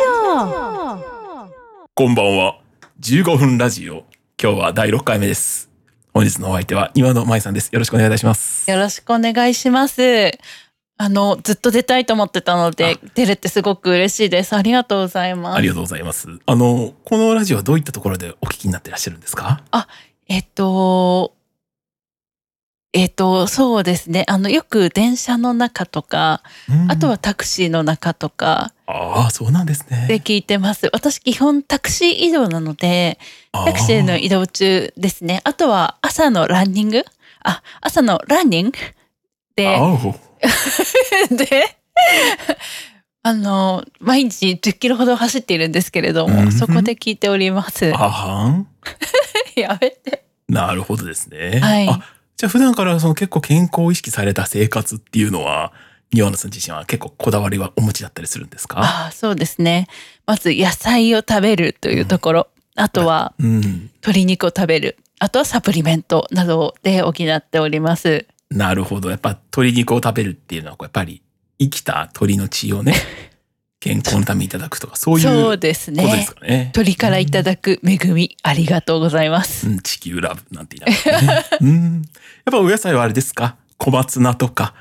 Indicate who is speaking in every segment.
Speaker 1: 啊
Speaker 2: こんばんは。15分ラジオ。今日は第6回目です。本日のお相手は庭野舞さんです。よろしくお願いいたします。
Speaker 1: よろしくお願いします。あの、ずっと出たいと思ってたので、出れてすごく嬉しいです。ありがとうございま
Speaker 2: あり
Speaker 1: す。
Speaker 2: がとうございます。あの、このラジオはどういったところでお聞きになってらっしゃるんですか
Speaker 1: えっと、えっと、そうですね。あの、よく電車の中とか、あとは。タクシーの中とか
Speaker 2: ああ、そうなんですね。
Speaker 1: で聞いてます。私、基本タクシー移動なので、タクシーの移動中ですね。あとは朝のランニングあ、朝のランニングで、
Speaker 2: あー
Speaker 1: で、あの、毎日10キロほど走っているんですけれど
Speaker 2: う
Speaker 1: も、
Speaker 2: ん
Speaker 1: そこで聞いております。
Speaker 2: あはん。
Speaker 1: やめて。
Speaker 2: なるほどですね。
Speaker 1: はい
Speaker 2: あじゃあ普段からその結構健康を意識された生活っていうのは、庭野さん自身は結構こだわりはお持ちだったりするんですか
Speaker 1: ああ、そうですね。まず野菜を食べるというところ、あとは
Speaker 2: うん。
Speaker 1: 鶏肉を食べる、あとはサプリメントなどで補っております。
Speaker 2: なるほど。やっぱ鶏肉を食べるっていうのは、やっぱり生きた鶏の血 をね、健康のためにいただくとか、そういう
Speaker 1: そう
Speaker 2: こと
Speaker 1: です
Speaker 2: で
Speaker 1: ね
Speaker 2: す。かね。
Speaker 1: 鳥からいただく恵み、ありがとうございます
Speaker 2: う。ん、地球ラブなんて言いながらね、うん。やっぱお野菜はあれですか小松菜とか、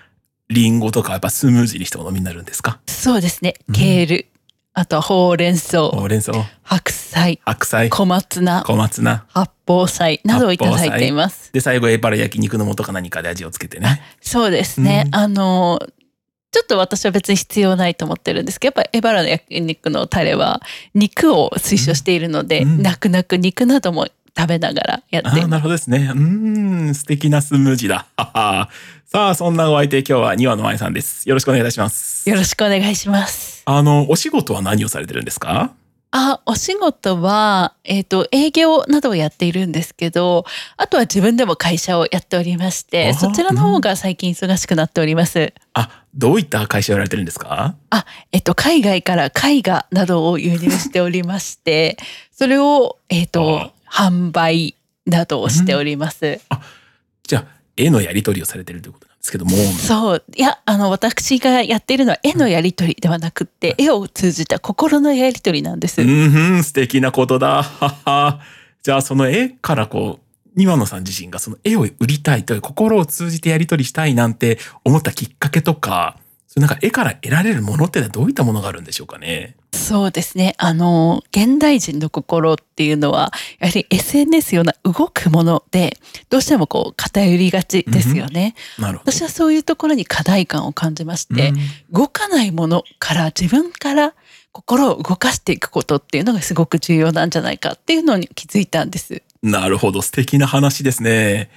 Speaker 2: リンゴとか、やっぱスムージーにしてお飲みになるんですか
Speaker 1: そうですね
Speaker 2: う。ん
Speaker 1: ケール、あとはほうれん草、
Speaker 2: ほうれん草、
Speaker 1: 白菜、
Speaker 2: 白菜、
Speaker 1: 小松菜、
Speaker 2: 小松菜。
Speaker 1: 八宝菜などをいただいています。
Speaker 2: で、最後、やっぱり焼肉の素か何かで味をつけてね。
Speaker 1: そうですね。
Speaker 2: うん
Speaker 1: あの、ちょっと私は別に必要ないと思ってるんですけど、やっぱエバラの焼肉のタレは肉を推奨しているので、
Speaker 2: うん
Speaker 1: 泣く泣く肉なども食べながらや
Speaker 2: あ
Speaker 1: ってい
Speaker 2: あ、
Speaker 1: ま
Speaker 2: なるほどですね。うーん、素敵なスムージーだ。ははさあ、そんなお相手、今日は庭の愛さんです。よろしくお願いいたします
Speaker 1: す。。よろしくお願いします。
Speaker 2: あの、お仕事は何をされてるんですか
Speaker 1: あ、お仕事は、えっ、と、営業などをやっているんですけど、あとは自分でも会社をやっておりまし
Speaker 2: あ
Speaker 1: て、そちらの方が最近忙しくなっております。
Speaker 2: あ、どういった会社をやられてるんですか
Speaker 1: あ、えっと、海外から絵画などを輸入しておりま して、それを、えっと、販売などをしております。
Speaker 2: じゃあ、絵のやり取りをされてるということなんですけども。
Speaker 1: そう。いや、あの、私がやっているのは絵のやりとりではなくって、絵を通じた心のやりとりなんです。
Speaker 2: うんふん、素敵なことだ。はは。じゃあ、その絵からこう、庭野さん自身がその絵を売りたいという心を通じてやり取りしたいなんて思ったきっかけとか、そのなんか絵から得られるものってのはどういったものがあるんでしょうかね。
Speaker 1: そうですね。あの、現代人の心っていうのは、やはり SNS ような動くもので、どうしてもこう、偏りがちですよね。
Speaker 2: なるほど。
Speaker 1: 私はそういうところに課題感を感じまして、
Speaker 2: うん
Speaker 1: 動かないものから自分から心を動かしていくことっていうのがすごく重要なんじゃないかっていうのに気づいたんです。
Speaker 2: なるほど、素敵な話ですね。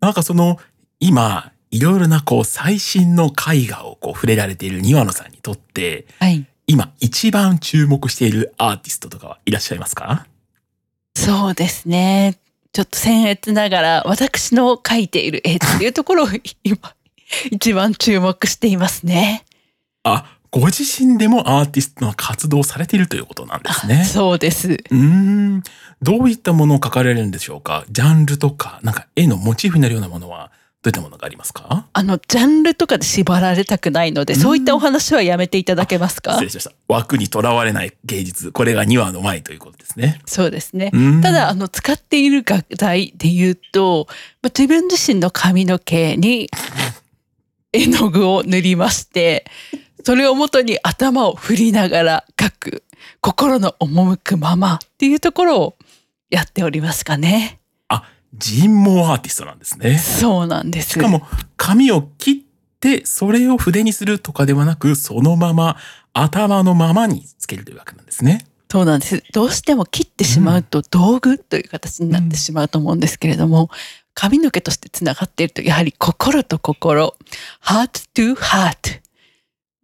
Speaker 2: なんかその、今、いろいろなこう、最新の絵画をこう、触れられている庭野さんにとって、
Speaker 1: はい。
Speaker 2: 今一番注目しているアーティストとかはいらっしゃいますか
Speaker 1: そうですね。ちょっと僭越ながら私の描いている絵っていうところを今 一番注目していますね。
Speaker 2: あ、ご自身でもアーティストの活動をされているということなんですね
Speaker 1: あ。そうです。
Speaker 2: うーん。どういったものを描かれるんでしょうかジャンルとか、なんか絵のモチーフになるようなものは、どういったものがありますか
Speaker 1: あの、ジャンルとかで縛られたくないので、
Speaker 2: うん
Speaker 1: そういったお話はやめていただけますか
Speaker 2: 失礼しました。枠にとらわれない芸術。これが2話の前ということですね。
Speaker 1: そうですね
Speaker 2: う。ーん
Speaker 1: ただあの使っている画材で言うとまあ自分自身の髪の毛に絵の具を塗りましてそれを元に頭を振りながら描く心の赴くままっていうところをやっておりますかね。
Speaker 2: 人毛アーティストなんですね。
Speaker 1: そうなんです。
Speaker 2: しかも紙を切ってそれを筆にするとかではなくそのまま頭のままにつけるというわけなんですね。
Speaker 1: そうなんです。どうしても切ってしまうと道具という形になってしまうと思うんですけれども、髪の毛としてつながっていると、やはり心と心、heart to heart。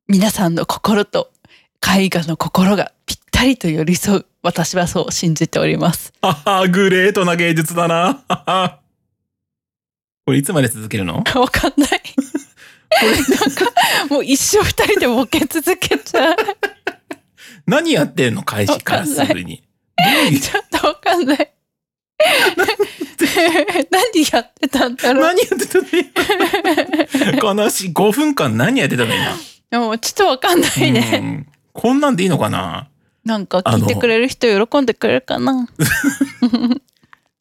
Speaker 1: 皆さんの心と絵画の心がぴったりと寄り添う。私はそう信じております。
Speaker 2: ははグレートな芸術だな。はは これいつまで続けるの
Speaker 1: わかんない。なんか、もう一生二人でボケ続けちゃう。
Speaker 2: 何やってんの開始からすぐに。
Speaker 1: ちょっとわかん ない。何やってたんだろう。
Speaker 2: 何やってたの 今悲しい。5分間何やってたの今。
Speaker 1: でもちょっとわかんないね。
Speaker 2: うんこんなんでいいのかな
Speaker 1: なんか聞いてくれる人喜んでくれるかな。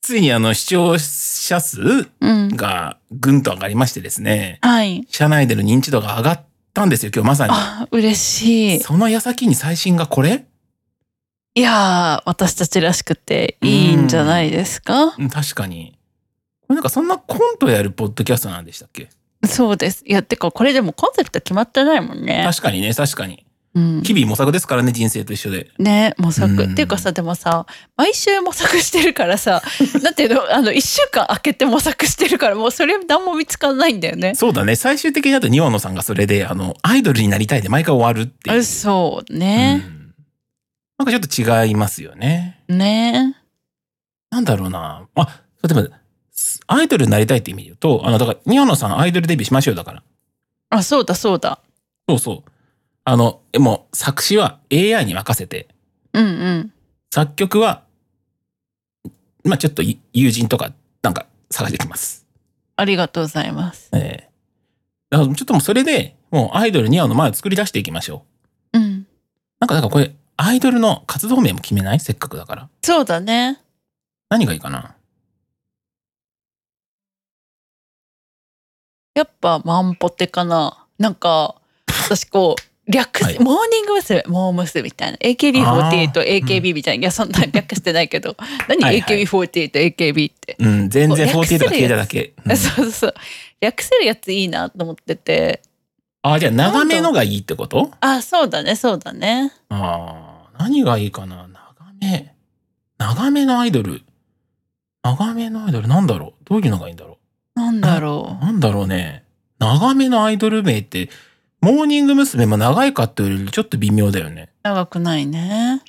Speaker 2: ついにあの視聴者数
Speaker 1: うん。
Speaker 2: がぐんと上がりましてですね、
Speaker 1: はい。
Speaker 2: 社内での認知度が上がったんですよ、今日まさに。
Speaker 1: あ、嬉しい。
Speaker 2: その矢先に最新がこれ
Speaker 1: いやー、私たちらしくていいんじゃないですか。
Speaker 2: うん確かに。これなんかそんなコントやるポッドキャストなんでしたっけ
Speaker 1: そうです。いや、てかこれでもコンセプト決まってないもんね。
Speaker 2: 確かにね、確かに。
Speaker 1: うん。
Speaker 2: 日々模索ですからね、人生と一緒で。
Speaker 1: ね模索、
Speaker 2: うん
Speaker 1: っていうかさでもさ毎週模索してるから さなんていうのあの1週間空けて模索してるからもうそれ何も見つからないんだよね。
Speaker 2: そうだね、最終的にだとニワノさんがそれで、あの、アイドルになりたいで毎回終わるっていう。
Speaker 1: そう
Speaker 2: うん
Speaker 1: ね、
Speaker 2: なんかちょっと違いますよね。
Speaker 1: ね
Speaker 2: なんだろうな。あ、例えば、アイドルになりたいって意味で言うと、あの、だから、ニワノさんアイドルデビューしましょうよだから。
Speaker 1: あそうだそうだ
Speaker 2: そうそう。あの、えもう作詞は AI に任せて、
Speaker 1: うんうん
Speaker 2: 作曲は、まあちょっとい友人とか、なんか探してきます。
Speaker 1: ありがとうございます。
Speaker 2: ええだからちょっともうそれで、もうアイドルに合うの前を作り出していきましょう。
Speaker 1: うん
Speaker 2: なんか、だからこれ、アイドルの活動名も決めないせっかくだから。
Speaker 1: そうだね
Speaker 2: 何がいいかな
Speaker 1: やっぱマンポテかななんか私こう略す、
Speaker 2: はい
Speaker 1: モーニング娘。モー娘。みたいな AKB48
Speaker 2: あー
Speaker 1: AKB みたいな、いやそんな略してない けど何
Speaker 2: はいはい
Speaker 1: AKB48 AKB って。
Speaker 2: うん、全然
Speaker 1: こう略する
Speaker 2: 48とか消えただけ。う ん
Speaker 1: そうそうそう略せるやついいなと思ってて
Speaker 2: あ、じゃあ長めのがいいってこと
Speaker 1: あそうだねそうだね
Speaker 2: ああ、何がいいかな長め。長めのアイドル。長めのアイドル、なんだろうどういうのがいいんだろ
Speaker 1: なんだろ
Speaker 2: うなんだろうね。長めのアイドル名って、モーニング娘。も長いかって言われるとちょっと微妙だよね
Speaker 1: う。長くないね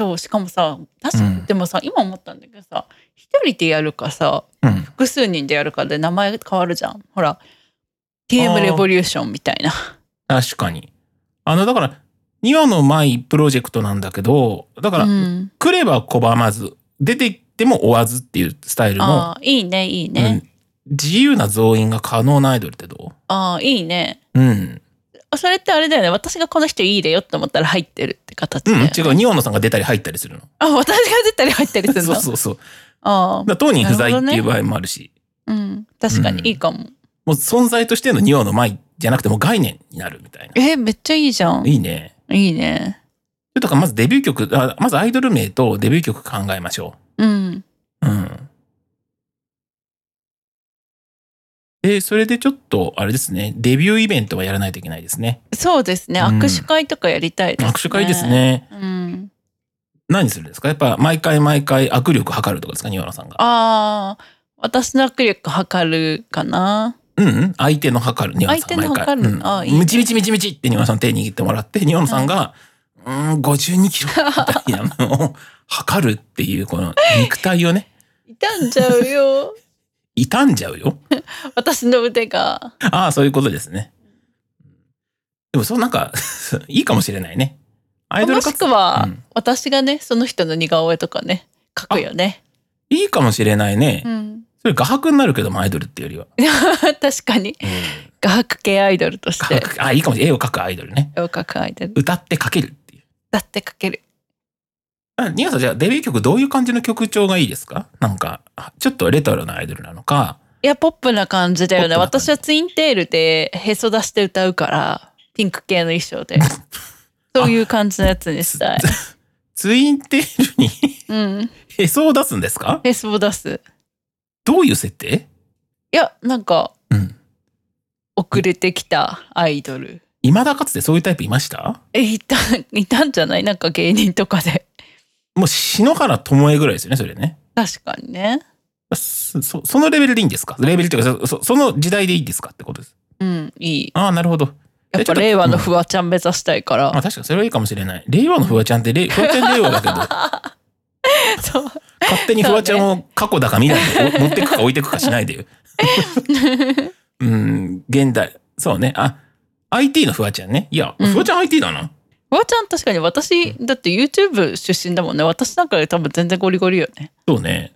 Speaker 1: そうしかもさ確か
Speaker 2: うん
Speaker 1: でもさ今思ったんだけどさ一人でやるかさ
Speaker 2: うん。
Speaker 1: 複数人でやるかで名前変わるじゃんほら TM レボリューションみたいな
Speaker 2: 確かに。あの、だから、2話の舞プロジェクトなんだけど、だから、
Speaker 1: うん、
Speaker 2: 来れば拒まず、出て行っても追わずっていうスタイルの、
Speaker 1: あーいいねいいね、
Speaker 2: うん自由な増員が可能なアイドルってど
Speaker 1: ああいいね
Speaker 2: ううん。
Speaker 1: それってあれだよね私がこの人いいでよって思ったら入ってるって形
Speaker 2: う
Speaker 1: で、
Speaker 2: ん、違う。ニオノさんが出たり入ったりするの。
Speaker 1: あ私が出たり入ったりするの
Speaker 2: そうそうそう。だか
Speaker 1: あ
Speaker 2: ら当人不在っ
Speaker 1: なるほど
Speaker 2: て
Speaker 1: ね
Speaker 2: いう場合もあるし、
Speaker 1: あうん確かにいいかも、
Speaker 2: もう存在としてのニオの舞じゃなくてもう概念になるみたいな。
Speaker 1: えめっちゃいいじゃん。い
Speaker 2: いいね。
Speaker 1: いね。
Speaker 2: とからまずデビュー曲、あまずアイドル名とデビュー曲考えましょ
Speaker 1: うん。
Speaker 2: う。うん。で、それでちょっと、あれですね、デビューイベントはやらないといけないですね。
Speaker 1: そうですね。
Speaker 2: うん
Speaker 1: 握手会とかやりたいですね。
Speaker 2: 握手会です。ね。
Speaker 1: うん。
Speaker 2: 何するんですかやっぱ毎回毎回握力測るとかですかニオノさんが。
Speaker 1: ああ、私の握力測るかな。
Speaker 2: うんうん、相手の測る、ニワノさん
Speaker 1: 相手の
Speaker 2: 毎回
Speaker 1: 測る
Speaker 2: うん、
Speaker 1: あいいね
Speaker 2: みちみちみちみちってニワノさん手握ってもらって、ニワノさんが、うーん、52キロみたいなのを測るっていう、この肉体をね、
Speaker 1: 傷んじゃう よ。
Speaker 2: 傷んじゃうよ。
Speaker 1: 私の腕が。
Speaker 2: ああ、そういうことですね。でも、そうなんか、 いいかもしれないね。アイドル
Speaker 1: もし
Speaker 2: 活
Speaker 1: く
Speaker 2: 動
Speaker 1: は、
Speaker 2: うん
Speaker 1: 私がね、その人の似顔絵とかね、描くよね。
Speaker 2: いいかもしれないね。
Speaker 1: うん。
Speaker 2: それ画伯になるけども、アイドルっていうよりは。
Speaker 1: 確かに。
Speaker 2: うん
Speaker 1: 画伯系アイドルとし
Speaker 2: 画
Speaker 1: て。
Speaker 2: 伯、あ、いいかもしれない。絵を描くアイドルね。
Speaker 1: 絵を描くアイドル。
Speaker 2: 歌って描けるっていう。
Speaker 1: だって描ける。
Speaker 2: あニアさん、じゃあデビュー曲どういう感じの曲調がいいですかなんか、ちょっとレトロなアイドルなのか、
Speaker 1: いや、ポップな感じだよね。
Speaker 2: ポップな感じ
Speaker 1: 私はツインテールでへそ出して歌うから、ピンク系の衣装 で。そういう感じのやつにしたい。
Speaker 2: ツ インテールに
Speaker 1: うん。
Speaker 2: へそを出すんですか
Speaker 1: へそを出す。
Speaker 2: どういう設定
Speaker 1: いや、なんか、
Speaker 2: うん。
Speaker 1: 遅れてきたアイドル。
Speaker 2: 未だかつてそういうタイプいました
Speaker 1: え、いた、 いたんじゃないなんか芸人とかで。
Speaker 2: もう篠原智恵ぐらいですよね、それね。
Speaker 1: 確かにね。
Speaker 2: そそそのレベルでいいんですかレベルっていうかそそ、その時代でいいですかってことです。
Speaker 1: うん、いい。
Speaker 2: ああ、なるほど。
Speaker 1: やっぱ令和のフワちゃん目指したいか
Speaker 2: あ
Speaker 1: ら。
Speaker 2: 確かにそれはいいかもしれない。令和のフワちゃんって、 れいフワちゃん令和だけど、
Speaker 1: そう。
Speaker 2: 勝手にフワちゃんを過去だか未来に持ってくか置いてくかしないで よ。うん、現代。そうね。あ、IT のフワちゃんね。いや、
Speaker 1: うん
Speaker 2: フワちゃん IT だな。
Speaker 1: フワちゃん確かに私、だって YouTube 出身だもんね。私なんかより多分全然ゴリゴリよね。
Speaker 2: そうね。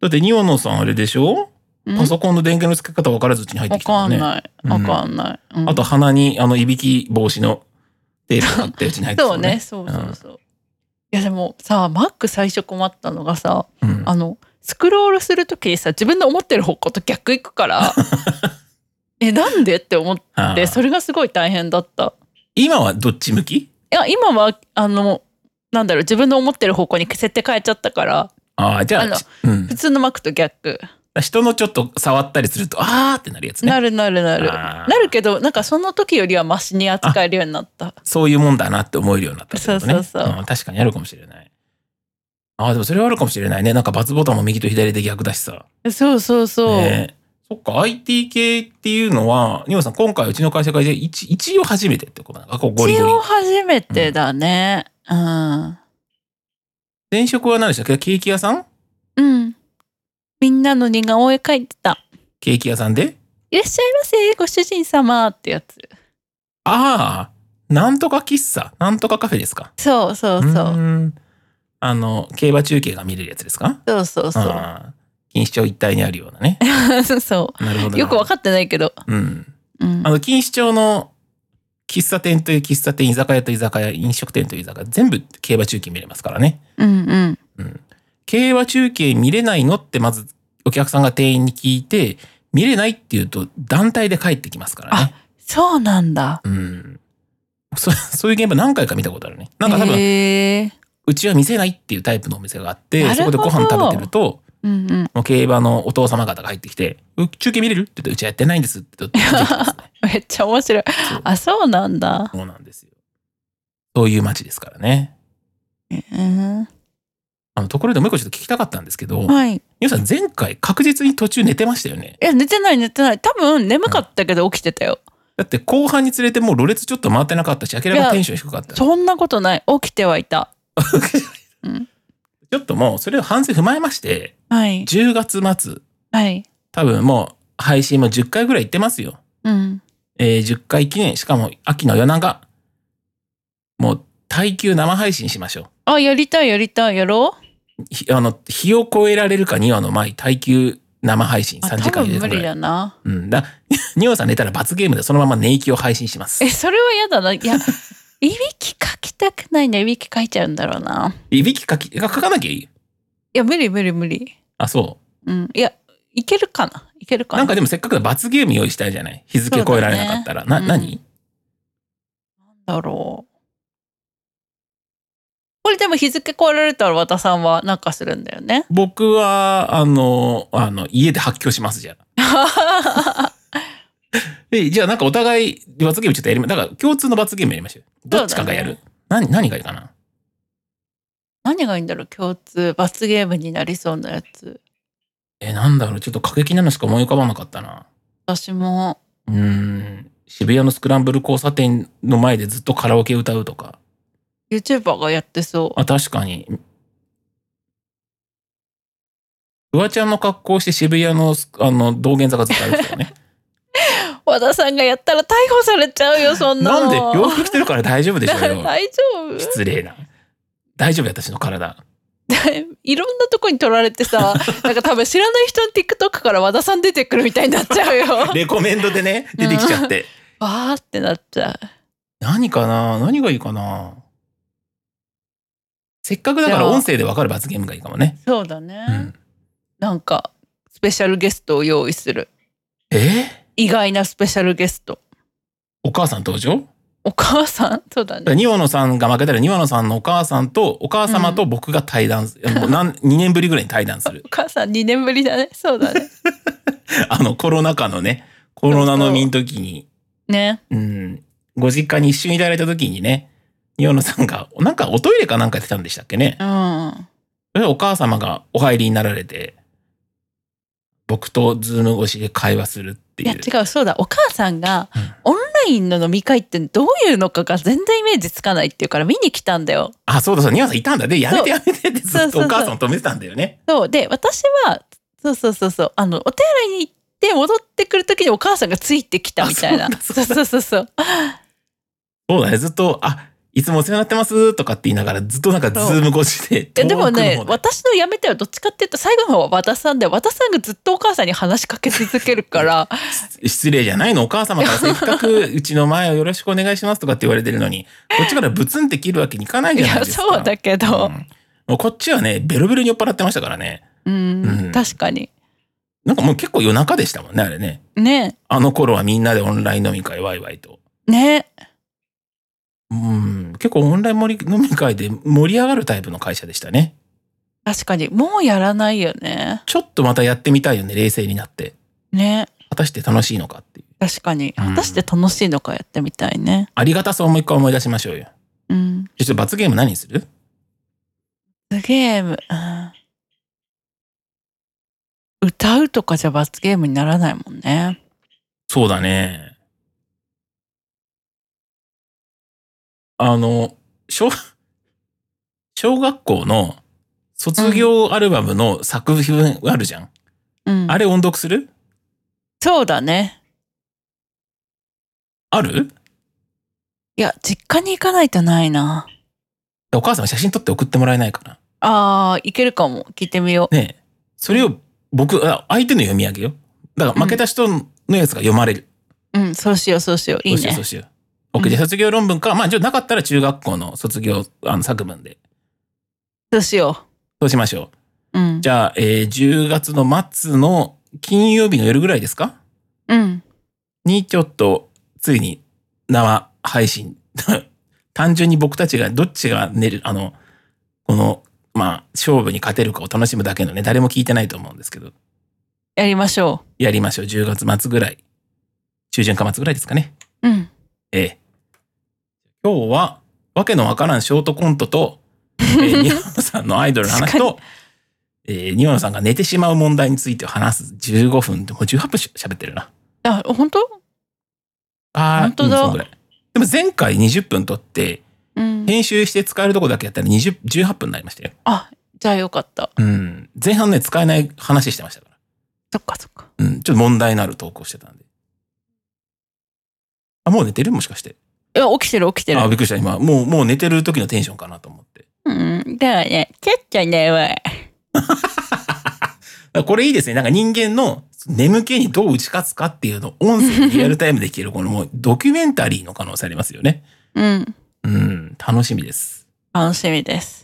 Speaker 2: だって、ニオノさんあれでしょ
Speaker 1: うん
Speaker 2: パソコンの電源の付け方分からずうちに入って
Speaker 1: わ
Speaker 2: きた
Speaker 1: か
Speaker 2: も
Speaker 1: ん
Speaker 2: ね。
Speaker 1: ない。
Speaker 2: うん
Speaker 1: わかんない。うん
Speaker 2: あと、鼻に、あの、いびき防止のテープ貼ってうちに入ってきた
Speaker 1: そ
Speaker 2: も
Speaker 1: うんね、そうそうそう。やでもさマック最初困ったのがさ
Speaker 2: うん
Speaker 1: あのスクロールする時にさ自分の思ってる方向と逆行くから えなんでって思っ
Speaker 2: あ
Speaker 1: て
Speaker 2: ー
Speaker 1: それがすごい大変だった。
Speaker 2: 今はどっち向き
Speaker 1: いや今はあのなんだろう自分の思ってる方向に設定変えちゃったから
Speaker 2: ああ、じゃあ
Speaker 1: あの
Speaker 2: うん
Speaker 1: 普、通のマックと逆
Speaker 2: 人のちょっと触ったりすると、あーってなるやつね。
Speaker 1: なるなるなる
Speaker 2: あ
Speaker 1: な
Speaker 2: ー
Speaker 1: るけどなんかその時よりはマシに扱えるようになった
Speaker 2: そういうもんだなって思えるようになったってことね。
Speaker 1: そうそうそうん
Speaker 2: 確かにあるかもしれない。ああ、でもそれはあるかもしれないね。なんかバツボタンも右と左で逆だしさ。
Speaker 1: そうそうそう、
Speaker 2: ねそっか、IT 系っていうのは、ニオさん、今回うちの会社会で一一応初めてってことなのか、こうゴリ
Speaker 1: 一
Speaker 2: ゴリ。
Speaker 1: 応初めてだねうん、
Speaker 2: 前職は何でしたっけケーキ屋さん
Speaker 1: うん、みんなの似顔絵描いてた
Speaker 2: ケーキ屋さんで
Speaker 1: 「いらっしゃいませご主人様」ってやつ
Speaker 2: ああ、なんとか喫茶、なんとかカフェですか。
Speaker 1: そうそうそうう、
Speaker 2: ーんあの、競馬中継が見れるやつですか
Speaker 1: そうそうそ
Speaker 2: ああ錦糸町一帯にあるよう なね。
Speaker 1: うそ
Speaker 2: なるほど。
Speaker 1: うよくわ
Speaker 2: っ
Speaker 1: かってないけど、
Speaker 2: た。うん。
Speaker 1: うん
Speaker 2: あ、の、錦糸町の喫茶店という喫茶店、居酒屋と居酒屋、飲食店という居酒屋、全部競馬中継見れますからね。
Speaker 1: うんうん
Speaker 2: うん。競馬中継見れないのって、まずお客さんが店員に聞いて、見れないって言うと団体で帰ってきますからね。
Speaker 1: そうなんだ
Speaker 2: うん。そ そういう現場何回か見たことあるね。なんか多分、
Speaker 1: へえ
Speaker 2: うちは見せないっていうタイプのお店があって
Speaker 1: な、る
Speaker 2: そ
Speaker 1: ほ
Speaker 2: こ
Speaker 1: ど
Speaker 2: でご飯食べてると、
Speaker 1: うんうん
Speaker 2: もう競馬のお父様方が入ってきて、う中継見れるって言って、うちはやってないんですって言って出てきますね。
Speaker 1: めっちゃ面白い
Speaker 2: そう
Speaker 1: あそうなんだ
Speaker 2: そうなんですよ。そういう街ですからね。
Speaker 1: うん
Speaker 2: あの、ところでもう一個ちょっと聞きたかったんですけど、ニュ
Speaker 1: はい
Speaker 2: ーさん前回確実に途中寝てましたよね。
Speaker 1: いや寝てない寝てない多分眠かったけど起きてたよ、
Speaker 2: だって後半に連れてもうろれつちょっと回ってなかったし、明らかにテンション低かった。ちょ
Speaker 1: そんなことない起きてはいたうん
Speaker 2: っともうそれを反省踏まえまして、
Speaker 1: はい
Speaker 2: 10月末、
Speaker 1: はい
Speaker 2: 多分もう配信も10回ぐらい行ってますよ。
Speaker 1: うん
Speaker 2: えー10回記念、しかも秋の夜長。もう耐久生配信しましょ
Speaker 1: あやりたいやりたいやろ う
Speaker 2: う。ひあの、日を超えられるか2話の前、耐久生配信3
Speaker 1: あ多
Speaker 2: 時間入れ
Speaker 1: 分
Speaker 2: て
Speaker 1: 無理
Speaker 2: くらい。
Speaker 1: だな
Speaker 2: うんだ、ニオさん寝たら罰ゲームでそのまま寝息を配信します
Speaker 1: え。それは嫌だないや いびきかきたくないねいびきかいちゃうんだろうない
Speaker 2: びきかき、か書かなきゃいい
Speaker 1: いや無理無理無理
Speaker 2: あ、そ
Speaker 1: うんいやいけるかないける
Speaker 2: う。
Speaker 1: かな
Speaker 2: なんかでもせっかくだから罰ゲーム用意したいじゃない日付超えられなかったら。
Speaker 1: そうだ
Speaker 2: な、
Speaker 1: ね
Speaker 2: 何
Speaker 1: なんだろうこれでも日付超えられたら和田さんはなんかするんだよ ね
Speaker 2: 僕は、あの、あの、家で発狂しますじゃん。え、じゃあなんかお互い罰ゲームちょっとやりま、だから共通の罰ゲームやりましょう。どっちかがやる。
Speaker 1: そ
Speaker 2: 何、何がいいかな
Speaker 1: 何がいいんだろう共通罰ゲームになりそうなやつ
Speaker 2: え、なんだろう、ちょっと過激なのしか思い浮かばなかったな。
Speaker 1: 私も
Speaker 2: うーん。渋谷のスクランブル交差点の前でずっとカラオケ歌うとか。
Speaker 1: YouTuber がやってそう
Speaker 2: あ、確かに。フワちゃんの格好をして渋谷のスあの道玄坂ずっと歩くとかね。
Speaker 1: 和田さんがやったら逮捕されちゃうよそん な
Speaker 2: なん
Speaker 1: の
Speaker 2: で洋服着てるから大丈夫でしょう よ。
Speaker 1: 大丈夫
Speaker 2: 失礼な。大丈夫私の 体。
Speaker 1: いろんなとこに取られてさ、 なんか多分知らない人の TikTok から和田さん出てくるみたいになっちゃうよ。 わ
Speaker 2: レコメン ドでね、出てきちゃって。
Speaker 1: ーってなっちゃう。
Speaker 2: 何かな何がいいかなせっかくだから音声でわかる罰ゲームがいいかもね。
Speaker 1: そうだ
Speaker 2: う
Speaker 1: ね。
Speaker 2: ん、
Speaker 1: なんか、スペシャルゲストを用意する。
Speaker 2: え
Speaker 1: 意外なスペシャルゲスト。
Speaker 2: お母さん登場
Speaker 1: お母さんそうだ
Speaker 2: だか
Speaker 1: ね。
Speaker 2: ら庭野さんが負けたら庭野さんのお母さんとお母様と僕が対談す、もう何2年ぶりぐらいに対談する
Speaker 1: お。母さん2年ぶりだね。そうだね。
Speaker 2: あのコロナ禍のね、コロナの身の時に、
Speaker 1: ね。
Speaker 2: うん、ご実家に一瞬いただいた時にね、庭野さんが、なんかおトイレかなんかやってたんでしたっけね。
Speaker 1: うん。
Speaker 2: それでお母様がお入りになられて、僕とズーム越しで会話するって
Speaker 1: い
Speaker 2: い
Speaker 1: や
Speaker 2: う。
Speaker 1: 違う、そうだ。お母さんがオンラインの飲み会ってどういうのかが全然イメージつかないっていうから見に来たんだよ。
Speaker 2: あ、そうだそうだ、ニワさんいたんだ。で、やめてやめてってず
Speaker 1: そ
Speaker 2: っ
Speaker 1: う
Speaker 2: と
Speaker 1: そうそう
Speaker 2: お母さんを止めてたんだよね。
Speaker 1: そうで私はそうそうそうそうあのお手洗いに行って戻ってくる時にお母さんがついてきたみたいな
Speaker 2: あそうだそうだ
Speaker 1: そうそうそうそう
Speaker 2: そうだね、ずっと、あ、いつもお世話になってますとかって言いながらずっとなんかズーム越しで
Speaker 1: いやでも
Speaker 2: 遠
Speaker 1: ね
Speaker 2: くの方で
Speaker 1: 私のやめてはどっちかっていうと最後の方は和田さんで和田さんがずっとお母さんに話しかけ続けるから
Speaker 2: 失礼じゃないのお母様 からせっかくうちの前をよろしくお願いしますとかって言われてるのにこっちからブツンって切るわけにいかない
Speaker 1: い
Speaker 2: じゃない
Speaker 1: や
Speaker 2: ですか
Speaker 1: そうだけど
Speaker 2: うん、もうこっちはねベロベロに酔っ払ってましたからね
Speaker 1: うん、
Speaker 2: うん
Speaker 1: 確かに
Speaker 2: なんかもう結構夜中でしたもんねあれね
Speaker 1: ね
Speaker 2: あの頃はみんなでオンライン飲み会ワイワイと
Speaker 1: ね
Speaker 2: うん結構オンライン盛り飲み会で盛り上がるタイプの会社でしたね
Speaker 1: 確かにもうやらないよね
Speaker 2: ちょっとまたやってみたいよね冷静になって
Speaker 1: ね
Speaker 2: 果たして楽しいのかっていう
Speaker 1: 確かに
Speaker 2: うん
Speaker 1: 果たして楽しいのかやってみたいね
Speaker 2: ありがたさをもう一回思い出しましょうよ
Speaker 1: うん
Speaker 2: ちょっと罰ゲーム何にする
Speaker 1: ゲーム、うん、歌うとかじゃ罰ゲームにならないもんね
Speaker 2: そうだね。あの、小、小学校の卒業アルバムの作品あるじゃん。
Speaker 1: うん
Speaker 2: あれ音読する
Speaker 1: そうだね
Speaker 2: ある
Speaker 1: いや実家に行かないとないな
Speaker 2: お母さん写真撮って送ってもらえないかな。
Speaker 1: あーいけるかも聞いてみよう
Speaker 2: ねえ。それを僕、あ相手の読み上げよ。だから負けた人のやつが読まれる。
Speaker 1: うん、そうしよう、そうしよう。いい
Speaker 2: そうしよう、
Speaker 1: ね
Speaker 2: そう。しよう。OK、じゃあ卒業論文か。まあ、じゃあなかったら中学校の卒業あの作文で。
Speaker 1: そうしよ
Speaker 2: そうしましょう。
Speaker 1: う。うん。
Speaker 2: じゃあ、えー10月の末の金曜日の夜ぐらいですか
Speaker 1: うん。
Speaker 2: にちょっと、ついに生配信。 単純に僕たちがどっちが寝る、あの、この、まあ、勝負に勝てるかを楽しむだけのね、誰も聞いてないと思うんですけど、
Speaker 1: やりましょ
Speaker 2: やりましょう。10月末ぐらい。中旬か末ぐらいですかね。
Speaker 1: う。うん。
Speaker 2: ええ今日は、わけのわからんショートコントと、え ー、ニワノさんのアイドルの話と、えー、ニワノさんが寝てしまう問題について話す15分、もう18分し喋ってるな。
Speaker 1: あ、本当
Speaker 2: あー
Speaker 1: 本当だ
Speaker 2: うんそんぐらいでも前回20分撮って、
Speaker 1: うん。
Speaker 2: 編集して使えるとこだけやったら20 18分になりましたよ。
Speaker 1: あ、じゃあよかった。
Speaker 2: うん。前半ね、使えない話してましたか
Speaker 1: そっかそっか。
Speaker 2: ら。うん。ちょっと問題のある投稿してたんで。あ、もう寝てるもしかして。
Speaker 1: いや、起きてる起きてる
Speaker 2: あ、。びっくりした。今、もう、もう寝てる時のテンションかなと思って。
Speaker 1: うん。だからね、ちょっと眠い。
Speaker 2: これいいですね。なんか人間の眠気にどう打ち勝つかっていうのを音声でリアルタイムで聞ける、このもうドキュメンタリーの可能性ありますよね。
Speaker 1: うん。
Speaker 2: うん、楽しみです。
Speaker 1: 楽しみです。